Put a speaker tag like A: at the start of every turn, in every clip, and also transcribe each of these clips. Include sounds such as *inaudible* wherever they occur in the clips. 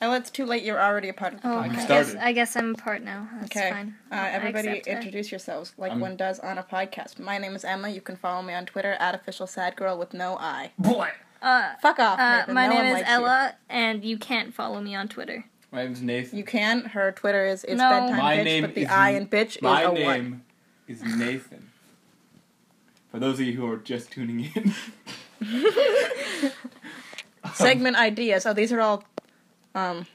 A: Oh, it's too late. You're already a part of uh, the podcast.
B: Oh, I
C: We
B: guess,
C: started.
B: I guess I'm part now. That's
A: Okay.
B: fine.
A: Uh,
B: I
A: everybody,
B: accept it.
A: introduce yourselves like
C: I'm-
A: one does on a podcast. My name is Emma. You can follow me on Twitter at official sad girl with no I.
C: Boy.
B: Uh,
A: Fuck off.
B: uh,
A: Nathan.
B: my
A: No one
B: name is
A: likes you.
B: Ella, and you can't follow me
A: *laughs*
B: on Twitter.
C: My name's Nathan.
A: You can. Her Twitter is it's
B: No.
A: bedtime
C: My
A: bitch,
C: name
A: but the
C: is-
A: I and bitch
C: My
A: is a one.
C: name is Nathan. For those of you who are just tuning in,
A: *laughs* Segment ideas. Oh, these are all. Um,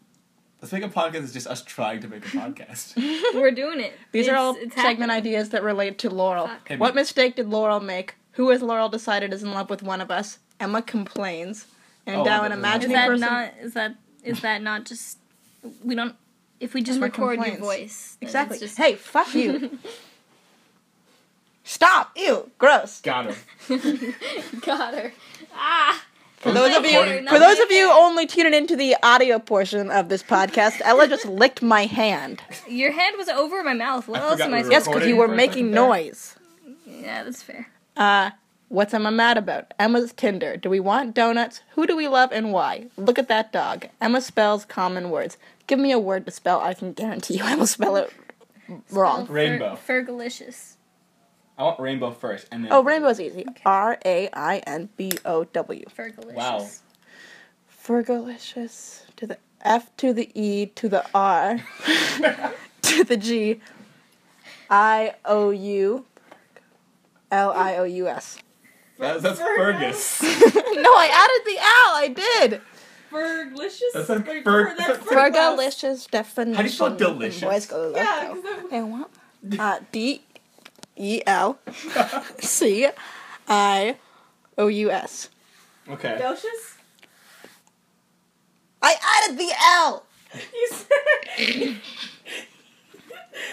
C: *laughs* let's make a podcast. It's just us trying to make a podcast.
B: We're doing it.
A: these are
B: It's-
A: all
B: it's
A: segment
B: happening.
A: ideas that relate to Laurel.
B: Fuck.
C: Hit
A: What
C: me.
A: mistake did Laurel make? Who has Laurel decided is in love with one of us? Emma complains. And
C: Oh,
A: now
C: that
A: an
C: doesn't-
B: Is
A: imagining
B: that
A: person.
B: not? Is that is that not just? We don't. If we just
A: Customer
B: record your
A: complaints.
B: voice, then
A: exactly.
B: It's just,
A: Hey, fuck you. Stop. Ew. Gross.
C: *laughs* Got him.
B: *laughs* Got her. Ah.
A: For those of you,
B: Recording.
A: for those of you only tuning into the audio portion of this podcast, Ella just licked my hand.
B: Your hand was over my mouth. What
C: I
B: else
C: forgot
B: am I
C: we were
A: Yes,
B: supposed
A: because
C: Recording
A: you were
C: for a
A: making
C: second there.
A: noise.
B: Yeah, that's fair.
A: Uh, what's Emma mad about? Emma's Tinder. Do we want donuts? Who do we love and why? Look at that dog. Emma spells common words. Give me a word to spell. I can guarantee you *laughs* I will spell it wrong.
B: Fer-
C: Rainbow.
B: Fergalicious.
C: I want rainbow first, and then
A: Oh, rainbow's easy. R A I N B O W.
B: Fergalicious.
C: Wow.
A: Fergalicious to the F to the E to the
C: *laughs*
A: R to the G I O U L I O U S.
C: that's, that's Fergus.
A: *laughs* No, I added the L. I did.
D: Ferglicious?
C: That's like
D: Wait,
C: Fer-
D: for- that's
C: Fer-
D: Fergalicious.
A: Fergalicious definition.
C: How do you spell delicious?
A: Boys go loco.
D: Yeah, 'cause that
A: They want uh, D E L *laughs* C I O U S.
C: okay.
D: Delicious?
A: I added the L.
D: You said. *laughs*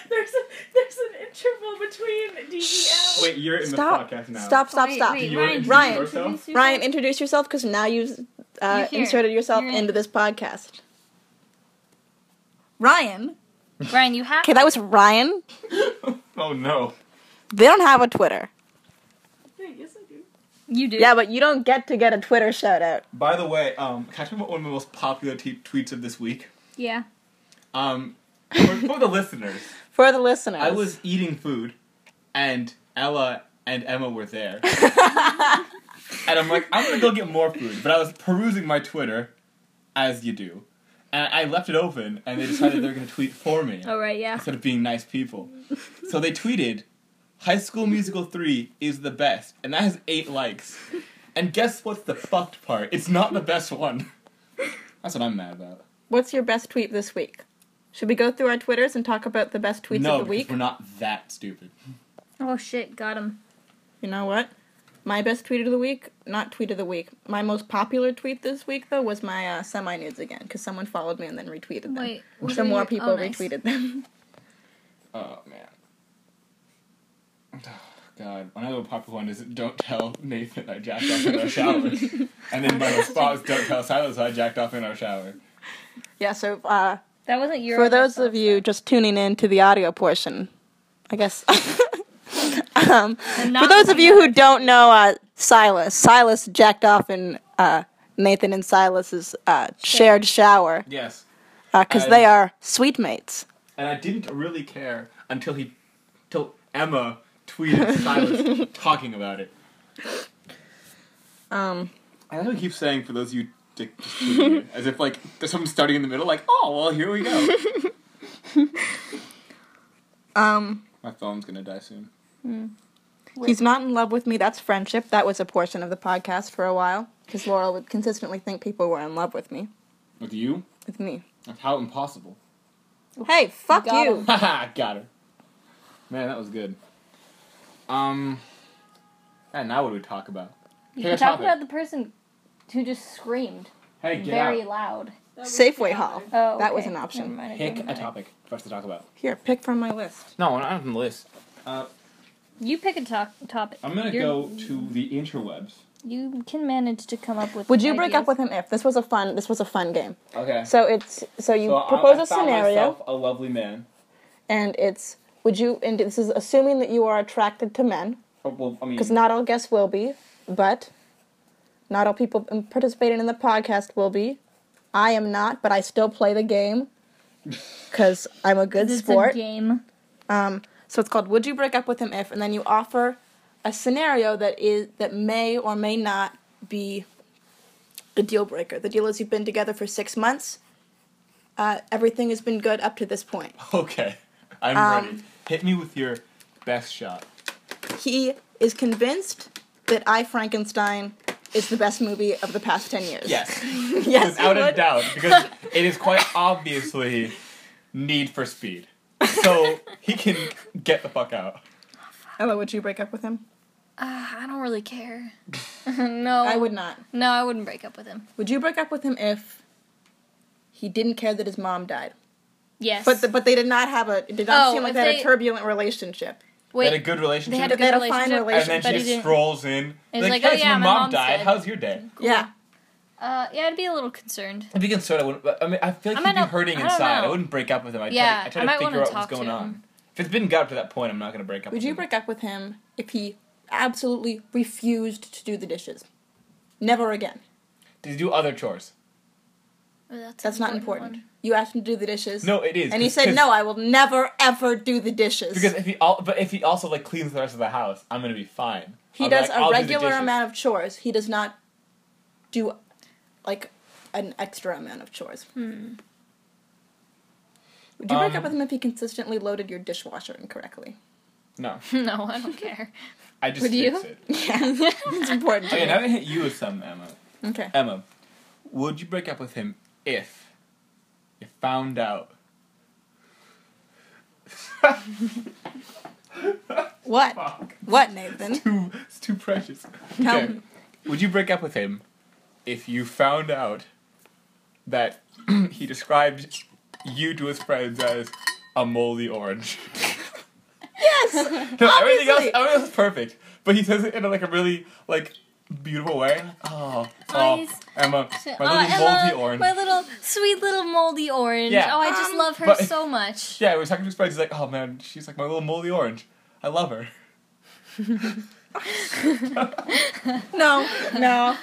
D: there's, a, there's an interval between D E L.
C: Wait, you're in
A: Stop.
C: the podcast now.
A: Stop! Stop!
B: Wait,
A: stop!
B: wait,
C: You wanna
B: Ryan.
C: introduce
A: Ryan.
C: yourself?
A: Ryan, introduce yourself because now you've uh,
B: You're here.
A: inserted yourself
B: You're in.
A: into this podcast. Ryan.
B: Ryan, you have.
A: Okay, that was Ryan.
C: *laughs* Oh no.
A: They don't have a Twitter.
D: Wait, yes, I do.
B: you do.
A: Yeah, but you don't get to get a Twitter shout out.
C: By the way, um, can I talk about one of my most popular t- tweets of this week?
B: Yeah.
C: Um, for, for the *laughs* listeners,
A: For the listeners.
C: I was eating food, and Ella and Emma were there, and I'm like, I'm gonna go get more food. But I was perusing my Twitter, as you do, and I left it open, and they decided they're gonna tweet for me
A: Oh,
B: All right. Yeah.
C: instead of being nice people. So they tweeted, "High School Musical three is the best," and that has eight likes. And guess what's the fucked part? It's not the best one. That's what I'm mad about.
A: *laughs* What's your best tweet this week? Should we go through our Twitters and talk about the best tweets
C: no,
A: of the week?
C: because we're not that stupid.
B: Oh shit, got him.
A: You know what? My best tweet of the week, not tweet of the week. My most popular tweet this week, though, was my uh, semi nudes again, because someone followed me and then retweeted them.
B: Wait, what
A: Some
B: are
A: more
B: your-
A: people
B: oh, nice.
A: retweeted them.
C: Oh man. *sighs* Oh, God, another popular one is "Don't tell Nathan I jacked off in our *laughs* shower," and then my response "Don't tell Silas I jacked off in our shower."
A: Yeah, so uh,
B: That wasn't your.
A: For
B: own
A: those
B: response,
A: of you just tuning in to the audio portion, I guess. *laughs* um,
B: though. And
A: for
B: not
A: those of
B: looking
A: you
B: at
A: who don't know uh, Silas, Silas jacked off in uh, Nathan and Silas's uh, shared shower
C: Yes,
A: because
C: I-
A: they are sweet mates.
C: and I didn't really care until he, till Emma *laughs* tweeted Silas talking about it.
A: Um,
C: I know I keep saying for those of you dick just tuning in, as if like there's something starting in the middle, like oh well here we *laughs* go.
A: um,
C: My phone's gonna die soon.
A: he's not in love with me. That's friendship. That was a portion of the podcast for a while because Laurel would consistently think people were in love with me.
C: With you?
A: With me.
C: That's how impossible. *laughs*
A: Hey, fuck
B: Got
A: you.
B: him.
C: Haha, got her. Man, that was good. Um, and now what do we talk about?
B: You
C: Pick
B: can
C: a
B: talk
C: topic.
B: about the person who just screamed
C: Hey, get
B: very
C: out.
B: loud.
D: That was
A: Safeway
D: the
A: haul.
D: other.
B: Oh,
A: That was
B: okay.
A: an option.
B: Never mind, I
C: Pick
B: didn't
C: a
B: know.
C: topic for us to talk about.
A: Here, pick from my list.
C: No, not on the list. Uh,
B: You pick a to- topic.
C: I'm gonna
B: You're-
C: go to the interwebs.
B: You can manage to come up with.
A: Would you break
B: ideas.
A: up with him if this was a fun? This was a fun game.
C: Okay.
A: So it's so you
C: So I-
A: propose
C: I
A: a
C: found
A: scenario,
C: myself a lovely man.
A: and it's would you? And this is assuming that you are attracted to men,
C: Oh, well, I mean,
A: because not all guests will be, but not all people um, participating in the podcast will be. I am not, but I still play the game because I'm a good
B: It's
A: sport.
B: a game.
A: Um, so it's called "Would You Break Up with Him If?" and then you offer a scenario that is that may or may not be a deal breaker. The deal is you've been together for six months. Uh, everything has been good up to this point.
C: *laughs* Okay, I'm
A: Um,
C: ready. Hit me with your best shot.
A: He is convinced that I Frankenstein is the best movie of the past ten years. *laughs*
C: Yes, *laughs*
A: yes,
C: without
A: you
C: a
A: would?
C: doubt, because it is
A: *laughs*
C: quite obviously need for speed. So he can get the fuck out.
A: Ella, would you break up with him?
B: Uh, I don't really
C: *laughs*
B: care. no,
A: I would not.
B: No, I wouldn't break up with him.
A: Would you break up with him if he didn't care that his mom died?
B: Yes,
A: But the, but they did not have a. It did not
B: Oh,
A: seem like
B: if
A: they had a
B: they-
A: turbulent relationship.
C: They had a
B: wait,
C: good relationship.
B: they had a
A: But they
B: good
A: had a fine
B: relationship.
C: and
A: relationship.
C: then
B: but
C: she
B: he
C: just
B: didn't-
C: strolls in.
B: It's
C: like,
B: like,
C: "Hey,
B: oh,
C: it's
B: yeah,
C: my
B: my
C: mom
B: mom's
C: died.
B: dead."
C: How's your day?
A: Yeah.
B: Uh, yeah, I'd be a little concerned.
C: I'd be concerned. I, wouldn't, I mean, I feel
B: I
C: like
B: might
C: he'd be
B: not-
C: hurting
B: I don't
C: inside. I
B: know.
C: wouldn't break up with him. I'd
B: Yeah,
C: try to,
B: I
C: I'd try
B: might
C: to figure
B: wanna
C: out what's
B: talk to
C: going on.
B: him.
C: If it's been got up to that point, I'm not gonna break up.
A: Would
C: with
A: you
C: him.
A: break up with him if he absolutely refused to do the dishes? Never again.
C: Did you do other chores?
B: Oh, that's
A: That's not important. You asked him to do the dishes.
C: No, it is.
A: And he
C: 'cause-
A: said,
C: 'cause-
A: "No, I will never ever do the dishes."
C: Because if he all, but if he also like cleans the rest of the house, I'm gonna be fine.
A: he
C: I'll be
A: does
C: like,
A: a
C: "I'll do the
A: regular
C: dishes."
A: amount of chores. He does not do like an extra amount of chores.
B: Hmm.
A: Would you break
C: Um,
A: up with him if he consistently loaded your dishwasher
B: *laughs*
A: incorrectly?
C: No,
B: one. no, I don't care.
C: I just
B: Would
C: fix
B: you?
C: it.
A: Yeah, it's important. To
C: Okay,
A: me.
C: now I'm gonna hit you with some, Emma.
A: *laughs* Okay.
C: Emma, would you break up with him if you found *laughs* out?
A: What?
C: Fuck.
A: What, Nathan?
C: Too, it's too precious.
A: No.
C: Okay. Would you break up with him if you found out that *clears throat* he described you to his friends as a moldy orange?
A: Yes.
C: *laughs* No, everything else,
A: Obviously.
C: everything else is perfect, but he says it in a, like a really like beautiful way. Oh, oh
B: Nice.
C: Emma,
B: Say,
C: my
B: "Aw,
C: little
B: Emma,
C: moldy orange.
B: My little sweet little moldy orange.
C: Yeah.
B: Oh, I just
A: Um,
B: love her
C: but-
B: so much.
C: Yeah, we were talking to his friends. He's like, oh man, she's like my little moldy orange. I love her.
A: *laughs* No. No.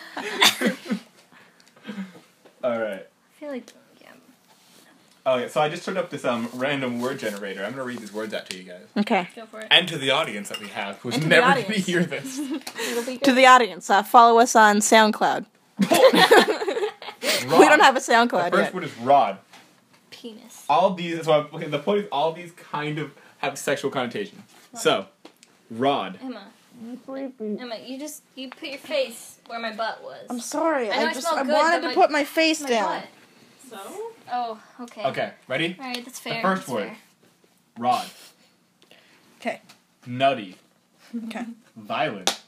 C: All right.
B: I feel like yeah.
C: Okay, so I just turned up this um random word generator. I'm gonna read these words out to you guys
A: Okay.
B: Go for it.
C: and to the audience that we have, who's
A: And to the
C: never gonna
A: audience.
C: hear this.
B: It'll be
A: To
B: good.
A: the audience, uh, follow us on SoundCloud. *laughs* We don't have a
C: The
A: SoundCloud
C: first
A: yet.
C: word is rod.
B: *laughs* Penis.
C: All these. So I'm- okay, the point is, all these kind of have sexual connotation. So, rod.
B: Emma. Emma, you just you put your face where my butt was.
A: I'm sorry.
B: I know
A: I,
B: I
A: just
B: smell
A: I
B: good,
A: wanted
B: but
A: to
B: my-
A: put my face
B: my
A: down.
B: butt.
D: So?
B: Oh, okay.
C: Okay, ready?
B: All right, that's fair.
C: first
B: that's
C: word.
B: fair.
C: Rod.
A: Okay.
C: Nutty.
A: Okay. Mm-hmm.
C: Violent.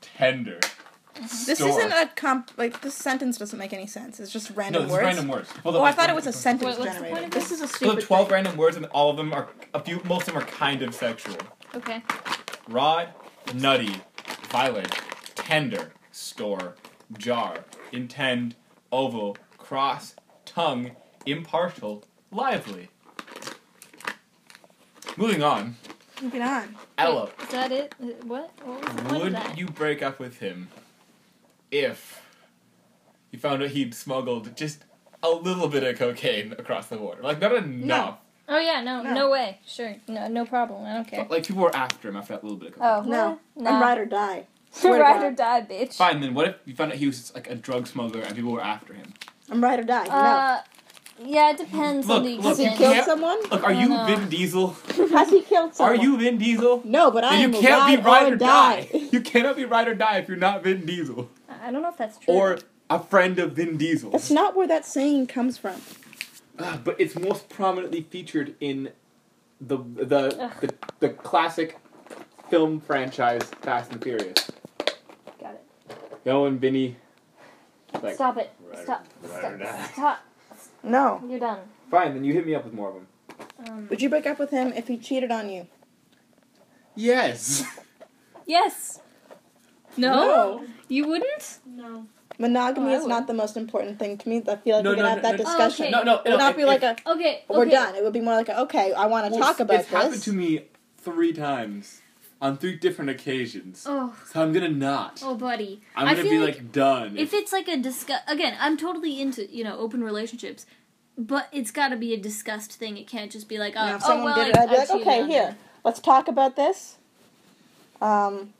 C: Tender.
A: This
C: Store.
A: isn't a comp. Like this sentence doesn't make any sense. It's just
C: No,
A: random
C: this
A: words.
C: is random words. Well,
A: Oh, I thought it was a
C: sentence.
A: sentence
B: Wait, what's the
A: generator.
B: point of
A: This is a
C: So
A: stupid.
C: twelve
A: thing.
C: random words, and all of them are a few. Most of them are kind of sexual.
B: Okay.
C: Rod, nutty, violent, tender, store, jar, intend, oval, cross, tongue, impartial, lively. Moving on,
A: Moving on.
C: Ella,
B: Wait, Is that it? Uh, What? What was the point of
C: would
B: that?
C: you break up with him if you found out he'd smuggled just a little bit of cocaine across the border? Like not enough.
B: Oh yeah, no, no,
A: No.
B: way. Sure, no, no problem. I don't care.
C: Like people were after him after that little bit of
B: Oh
C: cocaine.
A: No,
B: no. *laughs*
A: I'm ride or die. Swear to
B: ride or
A: God.
B: die, bitch.
C: Fine, then what if you found out he was like a drug smuggler and people were after him?
A: I'm ride or die. no.
B: Uh, yeah, it depends on the
C: Look, look,
A: Has he
C: you
B: extent.
A: killed
C: can't-
A: someone?
C: Look, are
B: I
C: you
B: don't know.
C: Vin Diesel?
A: Has he killed
C: Are
A: someone?
C: you Vin Diesel?
A: No, but I
C: Then
A: am.
C: you can't be ride or, die.
A: die.
C: You cannot be ride or die if you're not Vin Diesel
B: I don't know if that's true.
C: or a friend of Vin Diesel.
A: *laughs* That's not where that saying comes from.
C: Ah, but it's most prominently featured in the the, the the classic film franchise Fast and Furious.
B: got it.
C: No and Vinny. Like,
B: Stop it.
C: ride or-
B: Stop.
C: ride or die.
B: Stop. Stop.
A: No.
B: You're done.
C: Fine, then you hit me up with more of them.
B: Um,
A: Would you break up with him if he cheated on you?
C: Yes.
B: yes. No?
A: No.
B: You wouldn't?
D: No.
A: Monogamy
B: Oh, I
A: is not
B: would.
A: the most important thing to me. I feel like
C: No,
A: we can
C: no,
A: have
C: no,
A: that
C: no.
B: Oh,
A: discussion.
B: okay.
C: No, no,
A: It
C: no,
A: would not
C: if-
A: be like
C: if-
A: a
B: Okay.
A: we're
B: okay.
A: done. It would be more like a okay, I want to
C: Well,
A: talk about
C: it's
A: this.
C: happened to me three times. on three different occasions.
B: Oh,
C: So I'm gonna not.
B: oh, buddy.
C: I'm gonna
B: feel
C: be
B: like,
C: like, done.
B: if it's like a disgust. Again, I'm totally into you know open relationships, but it's got to be a disgust thing. It can't just be like oh,
A: You know, if
B: oh
A: someone
B: well,
A: did it,
B: I,
A: I'd be
B: I
A: like,
B: cheated
A: okay,
B: on
A: here, let's talk about this. Um,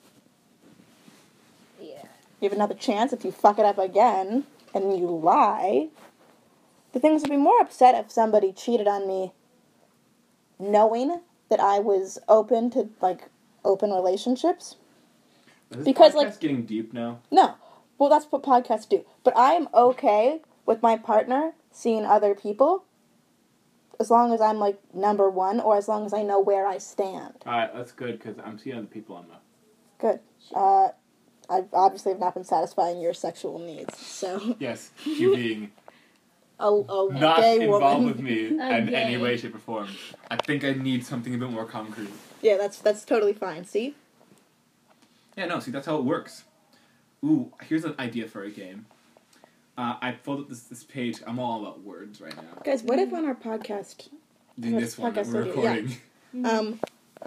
B: you." Yeah.
A: you have another chance if you fuck it up again and you lie. The things would be more upset if somebody cheated on me knowing that I was open to like open relationships.
C: Is this
A: because,
C: podcast
A: like-
C: getting deep now.
A: No. Well, that's what podcasts do. But I am okay with my partner seeing other people as long as I'm like number 1 or as long as I know where I stand.
C: All right, that's good because I'm seeing other people on the.
A: Good. Uh, I obviously have not been satisfying your sexual needs, so
C: *laughs* Yes, you being
A: a, a
C: not
A: gay
C: involved
A: woman. *laughs*
C: with *laughs* me in
B: A
C: any
B: gay.
C: way, shape, or form. I think I need something a bit more concrete.
A: Yeah, that's that's totally fine. See,
C: Yeah, no, see, that's how it works. Ooh, here's an idea for a game. Uh, I pulled up this, this page. I'm all about words right now.
A: guys, what
B: Mm.
A: if on our podcast,
C: In
A: Podcast
C: this one that we're
A: idea, yeah.
C: recording. *laughs*
B: Mm.
A: um,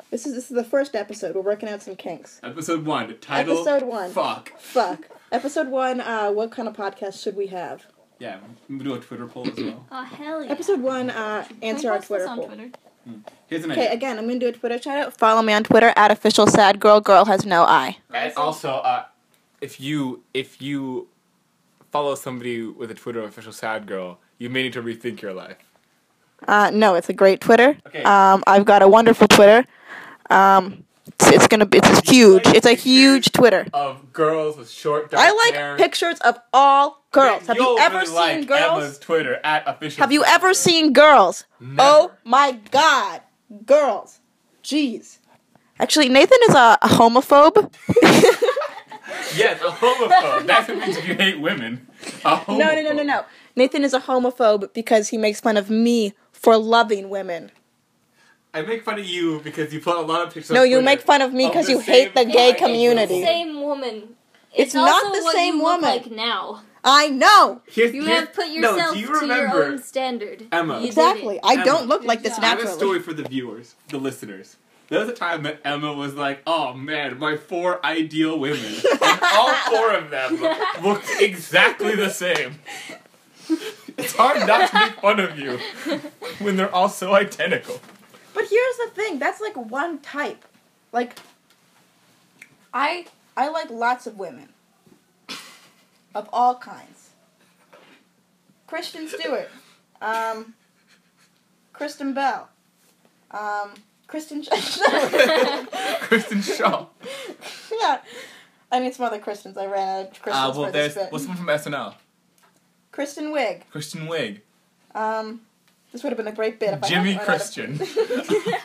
A: this is this is the first episode. We're working out some kinks.
C: Episode 1. Title
A: Episode one.
C: Fuck.
A: Fuck. Episode one. Uh, what kind of podcast should we have?
C: Yeah, we'll do a Twitter poll as
A: *coughs*
C: well.
B: Oh hell yeah.
A: Episode one. Uh,
B: Can I
A: answer our
B: post this
A: Twitter
B: on
A: poll.
B: Twitter?
C: Here's an
A: Okay,
C: idea.
A: again, I'm gonna do a Twitter shout out. Follow me on Twitter at official sad girl. Girl has no eye.
C: And also, uh, if you if you follow somebody with a Twitter official sad girl, you may need to rethink your life.
A: Uh, no, it's a great Twitter.
C: Okay.
A: Um, I've got a wonderful Twitter. Um, it's, it's gonna be it's huge. It's a huge Twitter.
C: Of girls with short dark
A: I like
C: hair.
A: pictures of all girls.
C: Okay,
A: Have you
C: you'll
A: ever
C: really
A: seen
C: like
A: girls?
C: Emma's Twitter at official.
A: Have you
C: sad
A: ever
C: girl.
A: seen girls?
C: Never.
A: Oh my god, girls! Jeez. Actually, Nathan is a, a homophobe. *laughs*
C: Yes, a homophobe. That's what means you hate women. A homophobe.
A: No, no, no, no, no. Nathan is a homophobe because he makes fun of me for loving women.
C: I make fun of you because you put a lot of pictures.
A: No,
C: on
A: you
C: Twitter
A: make fun of me
C: of
A: because
C: the
A: you hate the
C: same
A: gay
C: guy.
A: community.
B: Same woman.
A: It's not
B: also
A: the
B: what
A: same
B: you look
A: woman.
B: like now.
A: I know!
C: Here's-
B: You
C: here's-
B: have put
C: no, do
B: yourself
C: you
B: to your
C: remember-
B: own standard.
C: Emma.
B: You did it.
A: Exactly. I don't look like this
B: Good
C: I have a
A: naturally.
C: story for the viewers, the listeners. There was a time that Emma was like, "Oh man, my four ideal women, and all four
A: *laughs*
C: of them looked exactly the same." It's hard not to make fun of you when they're all so
A: *laughs*
C: identical.
A: But here's the thing that's like one type. Like, I, I like lots of women of all kinds. Christian Stewart, um, Kristen Bell, um, Kristen. *laughs*
C: Kristen Shaw.
A: yeah. I mean, some other Kristens. I ran out of Kristens
C: Uh,
A: for this bit.
C: someone from SNL,
A: Kristen Wiig.
C: Christian Wig,
A: Um, this would have been a great bit if I
C: Jimmy
A: hadn't run out of-
C: Christian.
A: *laughs*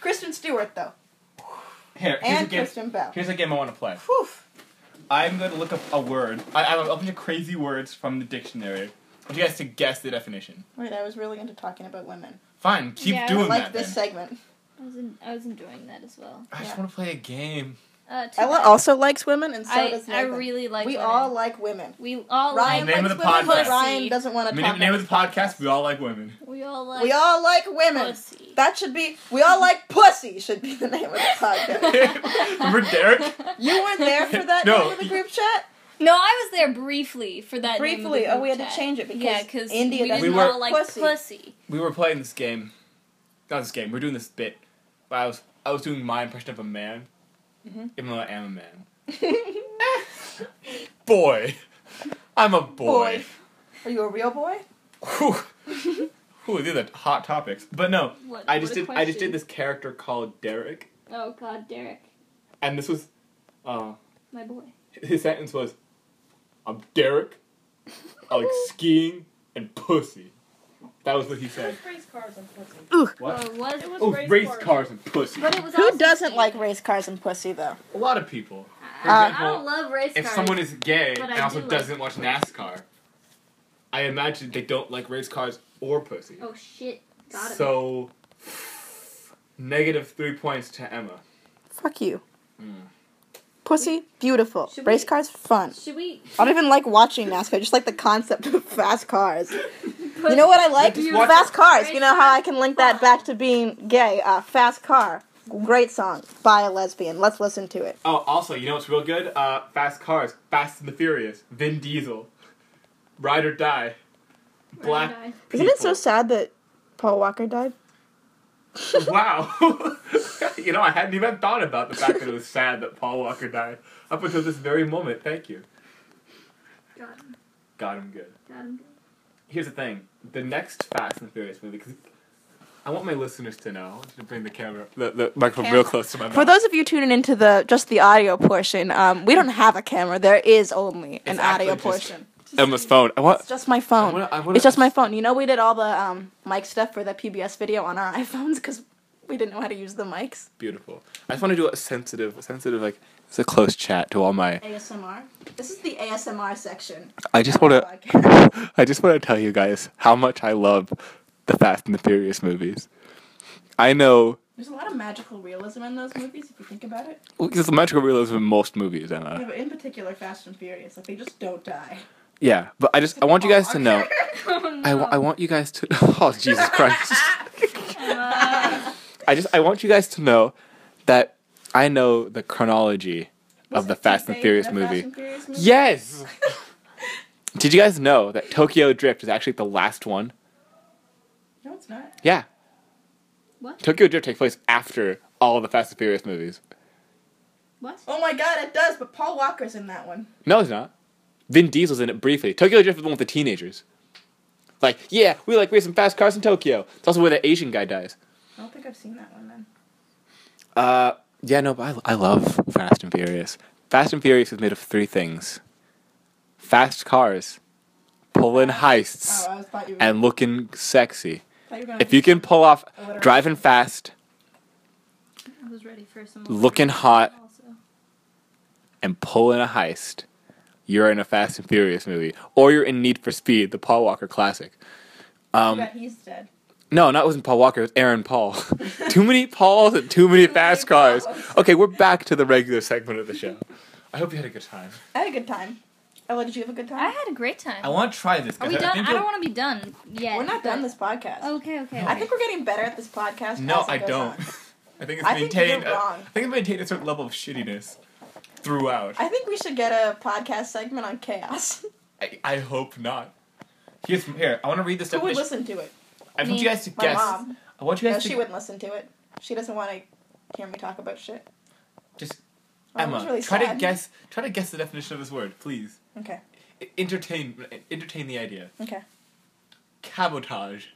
A: Kristen Stewart, though,
C: Here, here's a
A: and
C: game.
A: Kristen Bell.
C: Here's a game I want to play.
A: Whew.
C: I'm going to look up a word. I, I have a bunch of crazy words from the dictionary. I want you guys to guess the definition.
A: Wait, I was really into talking about women.
C: Fine, keep
B: Yeah, I
C: doing
A: I like
C: that.
A: this
C: then.
A: segment.
B: I was, en- I was enjoying that as well.
C: I just
A: yeah.
C: want to play a game.
B: Uh, too
A: Ella
B: bad.
A: also likes women, and so
B: I,
A: does
B: I
A: Nathan.
B: really like.
A: we
B: women.
A: all like women.
B: We all
A: Ryan
B: like.
C: Name
A: likes
C: of the
A: women, but
C: podcast.
A: Ryan doesn't want to
C: Name,
A: talk.
C: name of the
A: about
C: podcast: We all
B: *laughs*
C: like women. *laughs*
B: We all like.
A: We all like women.
B: pussy.
A: That should be. We all like pussy. Should be the name of the
B: *laughs*
A: podcast.
C: Remember Derek?
A: you weren't there for that
C: *laughs* No.
A: name of the group chat.
B: No, I was there briefly for that. name of the
A: Briefly, oh,
B: group
A: we had to
B: chat.
A: change it because
B: yeah, because
A: India
B: we
A: doesn't
B: didn't
C: We were-
B: all like
A: Pussy.
B: pussy.
C: We were playing this game. Not this game. We are doing this bit. But I was I was doing my impression of a man,
B: Mm-hmm.
A: Mhm.
C: even though I am a man. Boy, *laughs* I'm a boy.
A: Boy. *laughs* Are you a real boy?
C: Whew.
B: *laughs*
C: Whew, these are hot topics. But no,
B: What-
C: I just
B: what a
C: did. I just
B: question.
C: did this character called Derek,
B: Oh God, Derek,
C: and this was, uh,
B: my boy.
C: his sentence was, "I'm Derek.
B: *laughs*
C: I like skiing and pussy." That was what he said.
D: Race cars and pussy.
C: What?
B: Or was,
D: It was
C: Oh,
D: race,
C: race
D: cars.
C: cars and pussy.
B: but it was
A: Who
B: also
A: doesn't
B: cute.
A: like uh, race cars and pussy though?
C: A lot of people. For
B: I-
C: example,
B: I don't love race
C: if
B: cars.
C: someone is gay
B: But
C: and
B: I
C: also
B: do like-
C: doesn't watch NASCAR, I imagine they don't like race cars or pussy.
B: oh shit, got it.
C: so, negative three points to Emma.
A: Fuck you.
C: Mm.
A: Pussy, beautiful.
B: Should
A: Race
B: we-
A: cars, fun.
B: Should we?
A: I don't even like watching NASCAR. I just like the concept of *laughs* fast cars. You know what I like?
C: Just watch-
A: Fast cars. You
B: Race
A: know how I
B: cars,
A: can link that back to being gay. Uh, fast car. Great song by a lesbian. Let's listen to it.
C: Oh, also, you know what's real good? Uh, Fast Cars, Fast and the Furious, Vin Diesel, Ride or Die, Black.
B: Right,
A: Isn't it so
C: People.
A: sad that Paul Walker died?
C: wow. *laughs* you know, I hadn't even thought about the fact that it was sad that Paul Walker died up until this very moment. Thank you.
B: I- Got him.
C: Got him good.
B: Got him.
C: Here's the thing: the next Fast and Furious movie. Cause I want my listeners to know. I want you to bring the camera, the, the microphone,
A: Camera.
C: real close to my mouth.
A: For those of you tuning into the just the audio portion, um, we don't have a camera. There is only an
C: It's
A: audio
C: actually just-
A: portion.
C: Emma's phone. I want.
A: It's just my phone.
C: I wanna- I wanna-
A: it's just my phone. You know, we did all the um, mic stuff for the PBS video on our *laughs* iPhones because we didn't know how to use the mics.
C: Beautiful. I just want to do a sensitive, sensitive like. It's a close chat to all my.
A: ASMR. This is the ASMR section.
C: I just want to.
A: Podcast.
C: *laughs* I just want to tell you guys how much I love the Fast and the Furious movies. I know
A: There's a lot of magical realism in those movies if you think about it.
C: because the magical realism in most movies,
A: Yeah,
C: Emma.
A: but in particular, Fast and Furious, like they just don't die.
C: Yeah, but I just I want you guys to know.
B: Oh,
C: I, wa-
B: *laughs*
C: I want you guys to. *laughs* Oh Jesus Christ! *laughs* I just I want you guys to know that I know the chronology of the Fast and Furious movie. Yes. Did you guys know that Tokyo Drift is actually the last one?
A: No, it's not.
C: Yeah.
B: What?
C: Tokyo Drift takes place after all the Fast and Furious movies.
B: What?
A: Oh my god, it does, but Paul Walker's in that one.
C: No, it's not. Vin Diesel's in it briefly. Tokyo Drift is the one with the teenagers. Like, yeah, we like racing fast cars in Tokyo. It's also where the Asian guy dies.
A: I don't think I've seen that one then.
C: Uh, yeah, no, but I, I love Fast and Furious. Fast and Furious is made of three things fast cars, pulling heists,
A: Oh, I was thought you were.
C: and looking sexy.
A: thought you were going
C: If you can pull off
A: Alliteration.
C: driving fast,
B: I was ready for some. more.
C: looking hot,
B: Also.
C: and pulling a heist, you're in a Fast and Furious movie. Or you're in Need for Speed, the Paul Walker classic. Um,
A: bet Oh, he's dead.
C: No, not wasn't Paul Walker. It was
A: *laughs*
C: Aaron Paul. too many Pauls and too many fast cars. Okay, we're back to the regular segment of the show. I hope you had a good time.
A: I had a good time. Ella, did you have a good time?
B: I had a great time.
C: I want to try this.
B: Are
C: guys.
B: we
C: I
B: done?
C: think
B: I don't
C: you'll-
B: want to be done yet.
A: We're not done
B: but-
A: this podcast.
B: Okay, okay.
A: I think we're getting better at this podcast.
C: No,
A: as it
C: I
A: goes
C: don't.
A: on.
C: I think it's
A: I think
C: maintained.
A: you're
C: a-
A: wrong.
C: I think it's maintained a certain level of shittiness throughout.
A: I think we should get a podcast segment on chaos. *laughs*
C: I, I hope not. Here's here. I want to read this
A: Who would
C: definition.
A: listen to it?
C: I want
B: Me.
C: you guys to
A: My
C: guess.
A: mom.
C: I want you
A: No,
C: guys
A: she
C: to
A: wouldn't listen to it. She doesn't want to hear me talk about shit.
C: just
A: Oh, that's
C: Emma.
A: really
C: try to
A: sad.
C: guess. Try to guess the definition of this word, please.
A: Okay.
C: I- entertain. Entertain the idea.
A: Okay.
C: Cabotage.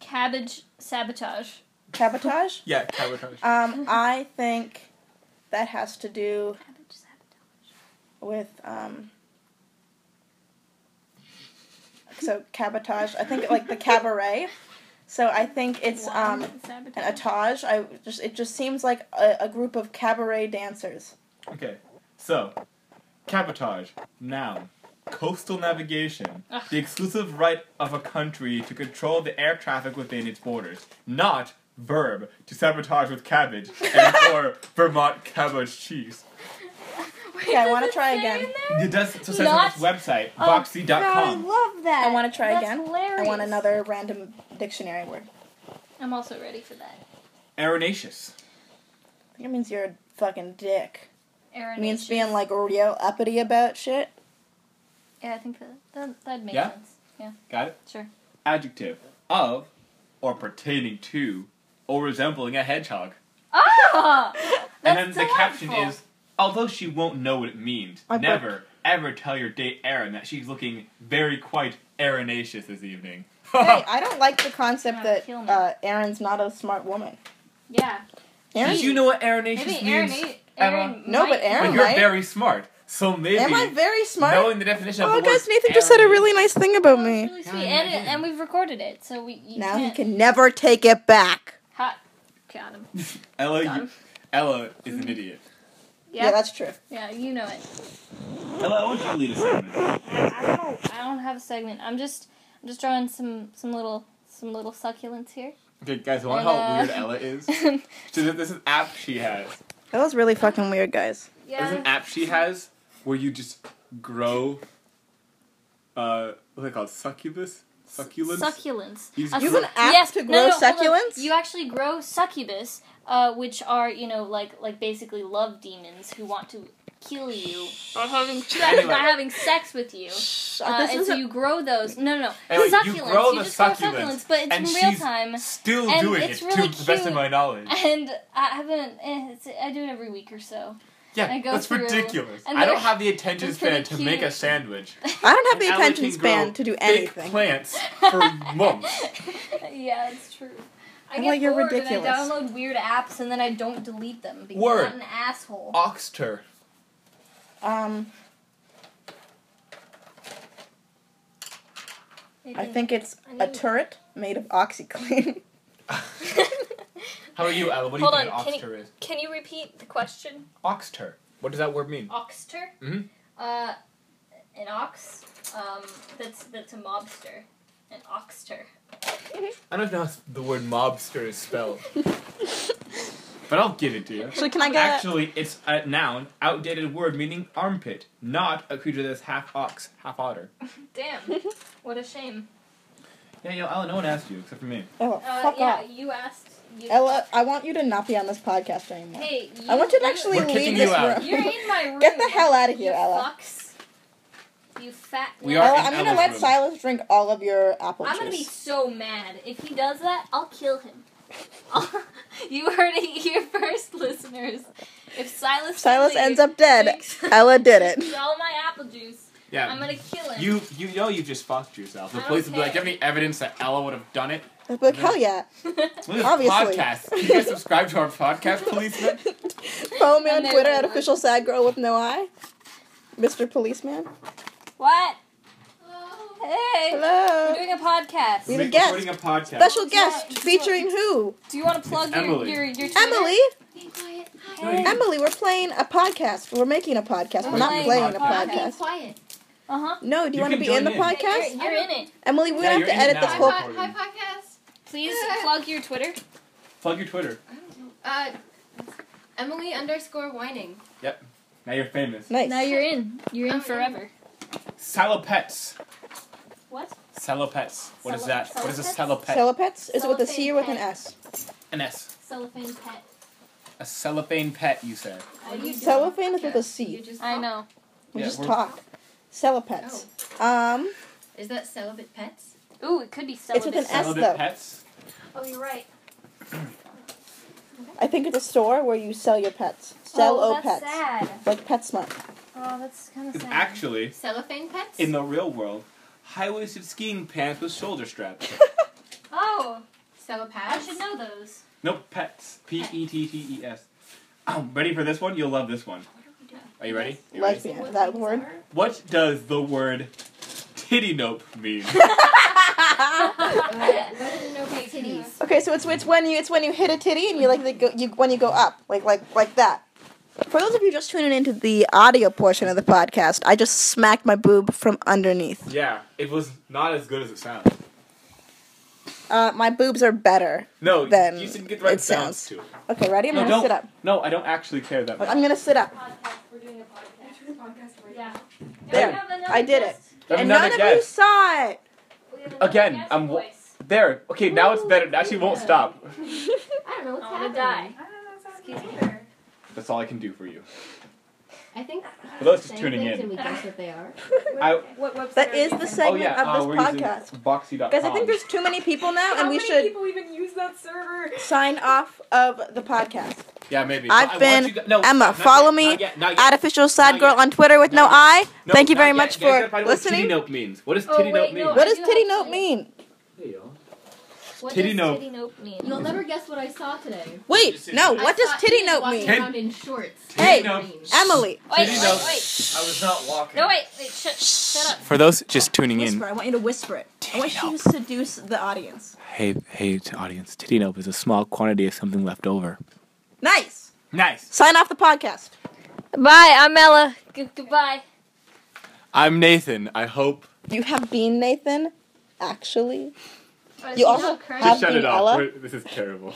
B: Cabbage sabotage.
A: Sabotage.
C: *laughs* Yeah, cabotage.
A: Um, I think that has to do
B: Cabbage sabotage.
A: with um. So cabotage. I think
C: *laughs*
A: like the cabaret. So I think it's um
B: Wine sabotage.
A: an otage. I just it just seems like a, a group of cabaret dancers.
C: Okay, so cabotage, noun, coastal navigation,
B: Ugh.
C: the exclusive right of a country to control the air traffic within its borders, not verb to sabotage with cabbage
B: *laughs*
C: and or Vermont cabbage cheese.
B: *laughs* Wait,
A: Okay, I
B: does
A: wanna
B: it
A: try
B: say
A: again.
B: in there?
C: It does it says on
B: Not-
C: its website,
B: Oh,
C: boxy.com.
B: God, I love that.
A: I want to try
B: That's
A: again. I
B: Hilarious.
A: want another random dictionary word.
B: I'm also ready for that.
C: Arenaceous.
A: I think it means you're a fucking dick.
B: Aaron
A: It means being like real uppity about
C: *laughs*
A: shit.
B: Yeah, I think that that that'd make
C: Yeah?
B: sense. Yeah,
C: Got it?
B: sure.
C: Adjective of or pertaining to or resembling a hedgehog.
B: Ah,
C: And
B: *laughs* that's
C: then the
B: delightful.
C: caption is, although she won't know what it means,
A: I
C: never ever tell your date Erin that she's looking very quite Erinaceous this evening.
A: hey, I don't like the concept
B: Oh,
A: that
B: kill me.
A: uh, Erin's not a smart woman.
B: Yeah,
A: Erin,
C: *laughs* Did you know what Erinaceous
B: maybe
C: means?
B: Aaron. Aaron
C: Emma?
A: No, but
B: might-
A: Aaron-
C: But you're
A: might.
C: very smart, so maybe
A: am I very smart?
C: knowing the definition
A: oh,
C: of the word
A: guys, Nathan just said a
C: Aaron-
A: really nice thing about
B: Oh,
A: me.
B: it's really sweet.
C: Yeah,
B: and,
C: I did.
B: and we've recorded it, so we you
A: Now he
B: can't-
A: can never take it back.
B: Hot. Got him.
C: Ella,
B: Got
C: you,
B: him.
C: Ella is an idiot.
A: Yeah,
B: Yeah,
A: that's true.
B: yeah, you know it.
C: Ella, I want you to lead us. in a minute.
B: I don't. I don't have a segment. I'm just. I'm just drawing some some little some little succulents here. *laughs*
C: Okay, guys, want to know how
B: Ella.
C: weird Ella is? So th- this is an app she has.
A: That was really fucking weird, guys.
C: There's an
B: yeah.
C: app she has where you just grow. Uh, what are they called? Succubus? Succulents?
B: Succulents.
C: He's
B: A
C: gro-
B: su-
A: an app to grow
B: hold on.
A: succulents?
B: You actually grow succubus, uh, which are you know like like basically love demons who want to kill you by having by having sex with you. Uh,
A: this
B: and so
A: isn't-
B: you grow those. No, no, no.
C: Anyway, you
B: succulents.
C: grow the
B: just
C: succulents,
B: grow succulents, but it's
C: and
B: in real
C: she's-
B: time. *laughs*
C: Still
B: And
C: doing
B: it's
C: it
B: really
C: to the best
B: cute.
C: of my knowledge.
B: And I haven't. eh, It's, I do it every week or so.
C: Yeah,
B: *laughs* I go
C: that's
B: through-
C: ridiculous.
B: and
C: I don't
B: they're-
C: have the attention
B: they're pretty
C: span to make a
B: cute.
C: sandwich.
A: I don't have the
C: And Ella
A: attention
C: can grow
A: span to do
C: Big
A: anything.
B: *laughs*
C: plants for months.
B: yeah, it's true. I
A: Ella,
B: get
A: you're
B: bored
A: ridiculous.
B: and I download weird apps and then I don't delete them because I'm
C: Word.
B: not an asshole.
C: Ox turd. *laughs*
A: Um, I think it's a turret made of
C: *laughs*
A: OxyClean.
C: How about you, Ella? What do
B: Hold
C: you think
B: on,
C: an
B: can
C: ox turd is?
B: *laughs* Can you repeat the question?
C: Ox turd. What does that word mean?
B: Oxter?
C: Mhm.
B: Uh, an ox. Um, that's that's a mobster. An oxter.
C: I don't know how the word mobster
B: *laughs*
C: is spelled, but I'll give it to you.
A: So
B: Oh
A: can I get a-
C: Actually, it's a noun, outdated word meaning armpit, not a creature that's half ox, half otter.
B: Damn.
A: *laughs*
B: what a shame.
C: Yeah, yo, Ella, no one asked you except for me.
A: Oh,
B: Uh,
A: fuck
B: yeah,
A: off.
B: you asked. You,
A: Ella, I want you to not be on this podcast anymore.
B: Hey, you,
A: I want you to actually
C: We're kicking
A: leave this
C: you out.
A: room.
B: You're in my
A: *laughs*
B: room.
A: Get the hell out of here,
B: you
A: Ella.
B: Fucks. You fat.
C: We
B: little-
C: are
A: Ella,
C: in
A: I'm gonna
C: Ella's
A: let
C: room.
A: Silas drink all of your apple
B: I'm gonna be
A: juice.
B: so mad if he does that. I'll kill him. *laughs* I'll- you heard it here first, listeners. If Silas
A: Silas
B: Finley
A: ends
B: *laughs*
A: up dead.
B: drinks-
A: *laughs* Ella did
B: *laughs* drinks
A: it.
B: all my apple juice.
C: Yeah,
B: I'm gonna kill him.
C: you you know you just fucked yourself. The
B: I
C: police
B: don't
C: would be like, "Do
B: care.
C: you have any evidence that Ella would have done it?"
A: But hell
B: *laughs*
A: yeah.
C: Look at this
A: Obviously.
C: podcast. Can you guys subscribe to our podcast,
A: *laughs*
C: policeman?
A: Follow me on
B: And then
A: Twitter at
B: everyone-
A: official sad girl with no eye. Mr. Policeman.
B: what? Hey, we're
A: Hello.
B: doing a podcast.
A: We-
C: We're
A: a guest.
C: Recording a podcast.
A: Special
B: What's that?
A: guest featuring who?
B: Do you want to plug your,
C: Emily.
B: your your Twitter?
A: Emily.
E: Be quiet.
B: Hey.
A: Emily, we're playing a podcast. We're making a podcast. We're not playing
B: We're playing
A: a
B: a
E: Be
A: podcast.
E: quiet.
B: Uh huh.
A: No, do you,
C: You
A: want to
C: can
A: be in
C: join
A: the
C: in.
A: podcast?
B: You're, you're in it.
A: Emily, we're gonna
C: Yeah,
A: have
C: you're
A: to
C: in it
A: edit
C: now.
A: this
E: Hi,
A: whole.
E: pod, hi, podcast.
B: Please *laughs* plug your Twitter.
C: Plug your Twitter.
E: I don't know. Uh, Emily underscore whining.
C: Now you're famous.
A: Nice.
B: Now you're in. You're in
E: I'm in.
B: forever.
C: Salopets.
B: What?
C: Salopets. What is
B: Salo-
C: that? What is a
B: salopets?
C: salopet?
A: Celopets? Is it with a C or with an S?
C: An S.
B: Cellophane pet.
C: A cellophane pet, you said.
B: How do you do?
A: Cellophane is with a
E: You
A: C.
E: just Oh,
B: I know.
A: We
C: Yeah,
A: just
C: we're-
A: talked. Celopets.
B: Oh.
A: Um,
E: Is that celibate pets?
B: Ooh, it could be
A: with an
B: celibate.
A: S.
C: Celibate
A: though.
C: pets.
B: Oh, you're right.
A: I think it's a store where you sell your pets. Sell
B: oh,
A: o
B: that's
A: pets.
B: sad.
A: Like
B: *laughs*
A: PetSmart.
B: Oh, that's kind of
C: It's
B: sad.
C: actually
E: Cellophane pets?
C: in the real world. High-waisted skiing pants with shoulder straps.
B: oh, I
E: Celopaths?
B: should know those.
C: nope, pets. P E T T E S. Oh, ready for this one? You'll love this one.
E: What are we doing?
C: Are you ready? You ready?
A: Lesbian.
E: What
A: that
E: things
A: word?
E: are-
C: What does the word titty nope mean?
E: Uh, what are no big titties?
A: Okay, so it's it's when you it's when you hit a titty and you like they go, you when you go up like like like that. For those of you just tuning into the audio portion of the podcast, I just smacked my boob from underneath.
C: *laughs* yeah, it was not as good as it sounds.
A: Uh, my boobs are better.
C: No,
A: Then
C: you didn't get the right
A: it
C: sounds.
A: sounds-
C: to it.
A: Okay, ready? I'm
C: No,
A: gonna
C: don't.
A: sit up.
C: No, I don't actually care that much.
A: I'm gonna sit up.
B: Podcast. We're doing a podcast. Yeah.
A: There.
B: We have another
A: I did it.
B: guest.
C: That's
A: and
C: another
A: none of you
C: guess.
A: saw it.
B: We have another
C: Again,
B: guest
C: I'm wa-
B: voice.
C: There. Okay, now it's better. Now she won't stop.
E: I don't know what's
B: I
E: happening.
B: want to die.
D: I don't know what's happening
E: Excuse me.
D: either.
C: That's all I can do for you.
E: I think.
C: For those just
E: Saying
C: tuning
E: things
C: in.
E: And we guess what they are.
C: I-
D: What website
A: That
D: are
A: is
D: you
A: the
D: using?
A: segment
C: oh, yeah,
A: of this
C: uh, we're
A: podcast.
C: Using boxy.com.
A: Guys, I think there's too many people now,
D: How
A: and we
D: many
A: should
D: people even use that server?
A: sign off of the podcast.
C: Yeah, maybe.
A: I've
C: But I
A: been
C: want you to- no,
A: Emma,
C: not
A: follow
C: yet,
A: me
C: Not yet, not yet.
A: At official sad
C: Not
A: girl
C: yet.
A: on Twitter with no
C: Not
A: eye.
C: No,
A: Thank you
C: not
A: very
C: yet.
A: much
C: You guys gotta
A: for
C: find out What
A: listening.
C: titty nope means. What does
B: Oh,
C: titty nope
B: wait,
C: mean?
B: no,
A: What
B: I
A: does
B: do
A: titty
B: have
A: note
B: to-
A: mean?
C: There you go.
E: What
C: Titty
E: does
C: nope.
B: Titty nope mean.
E: You'll never guess what I saw today.
A: Wait, no.
E: I
A: What does
E: saw
A: titty
E: Ian
A: note
E: walking
A: mean?
E: around in shorts.
A: Hey.
E: Green.
C: Nope.
A: Emily,
B: Wait,
C: Titty
B: wait,
C: nope.
B: wait.
C: I was not walking.
B: No, wait, wait. Shut, shut up.
C: For those just tuning
A: whisper. I want you to whisper it. I want you to seduce the audience.
C: hey, hey, to audience, titty nope is a small quantity of something left over.
A: Nice.
C: Nice.
A: Sign off the podcast.
B: Bye, I'm Ella. G- goodbye.
C: I'm Nathan. I hope.
A: You have been Nathan, actually.
B: Oh,
A: You
B: it's
A: also
B: not current.
A: have
C: Just shut
A: been
C: it off.
A: Ella.
C: We're- This is terrible.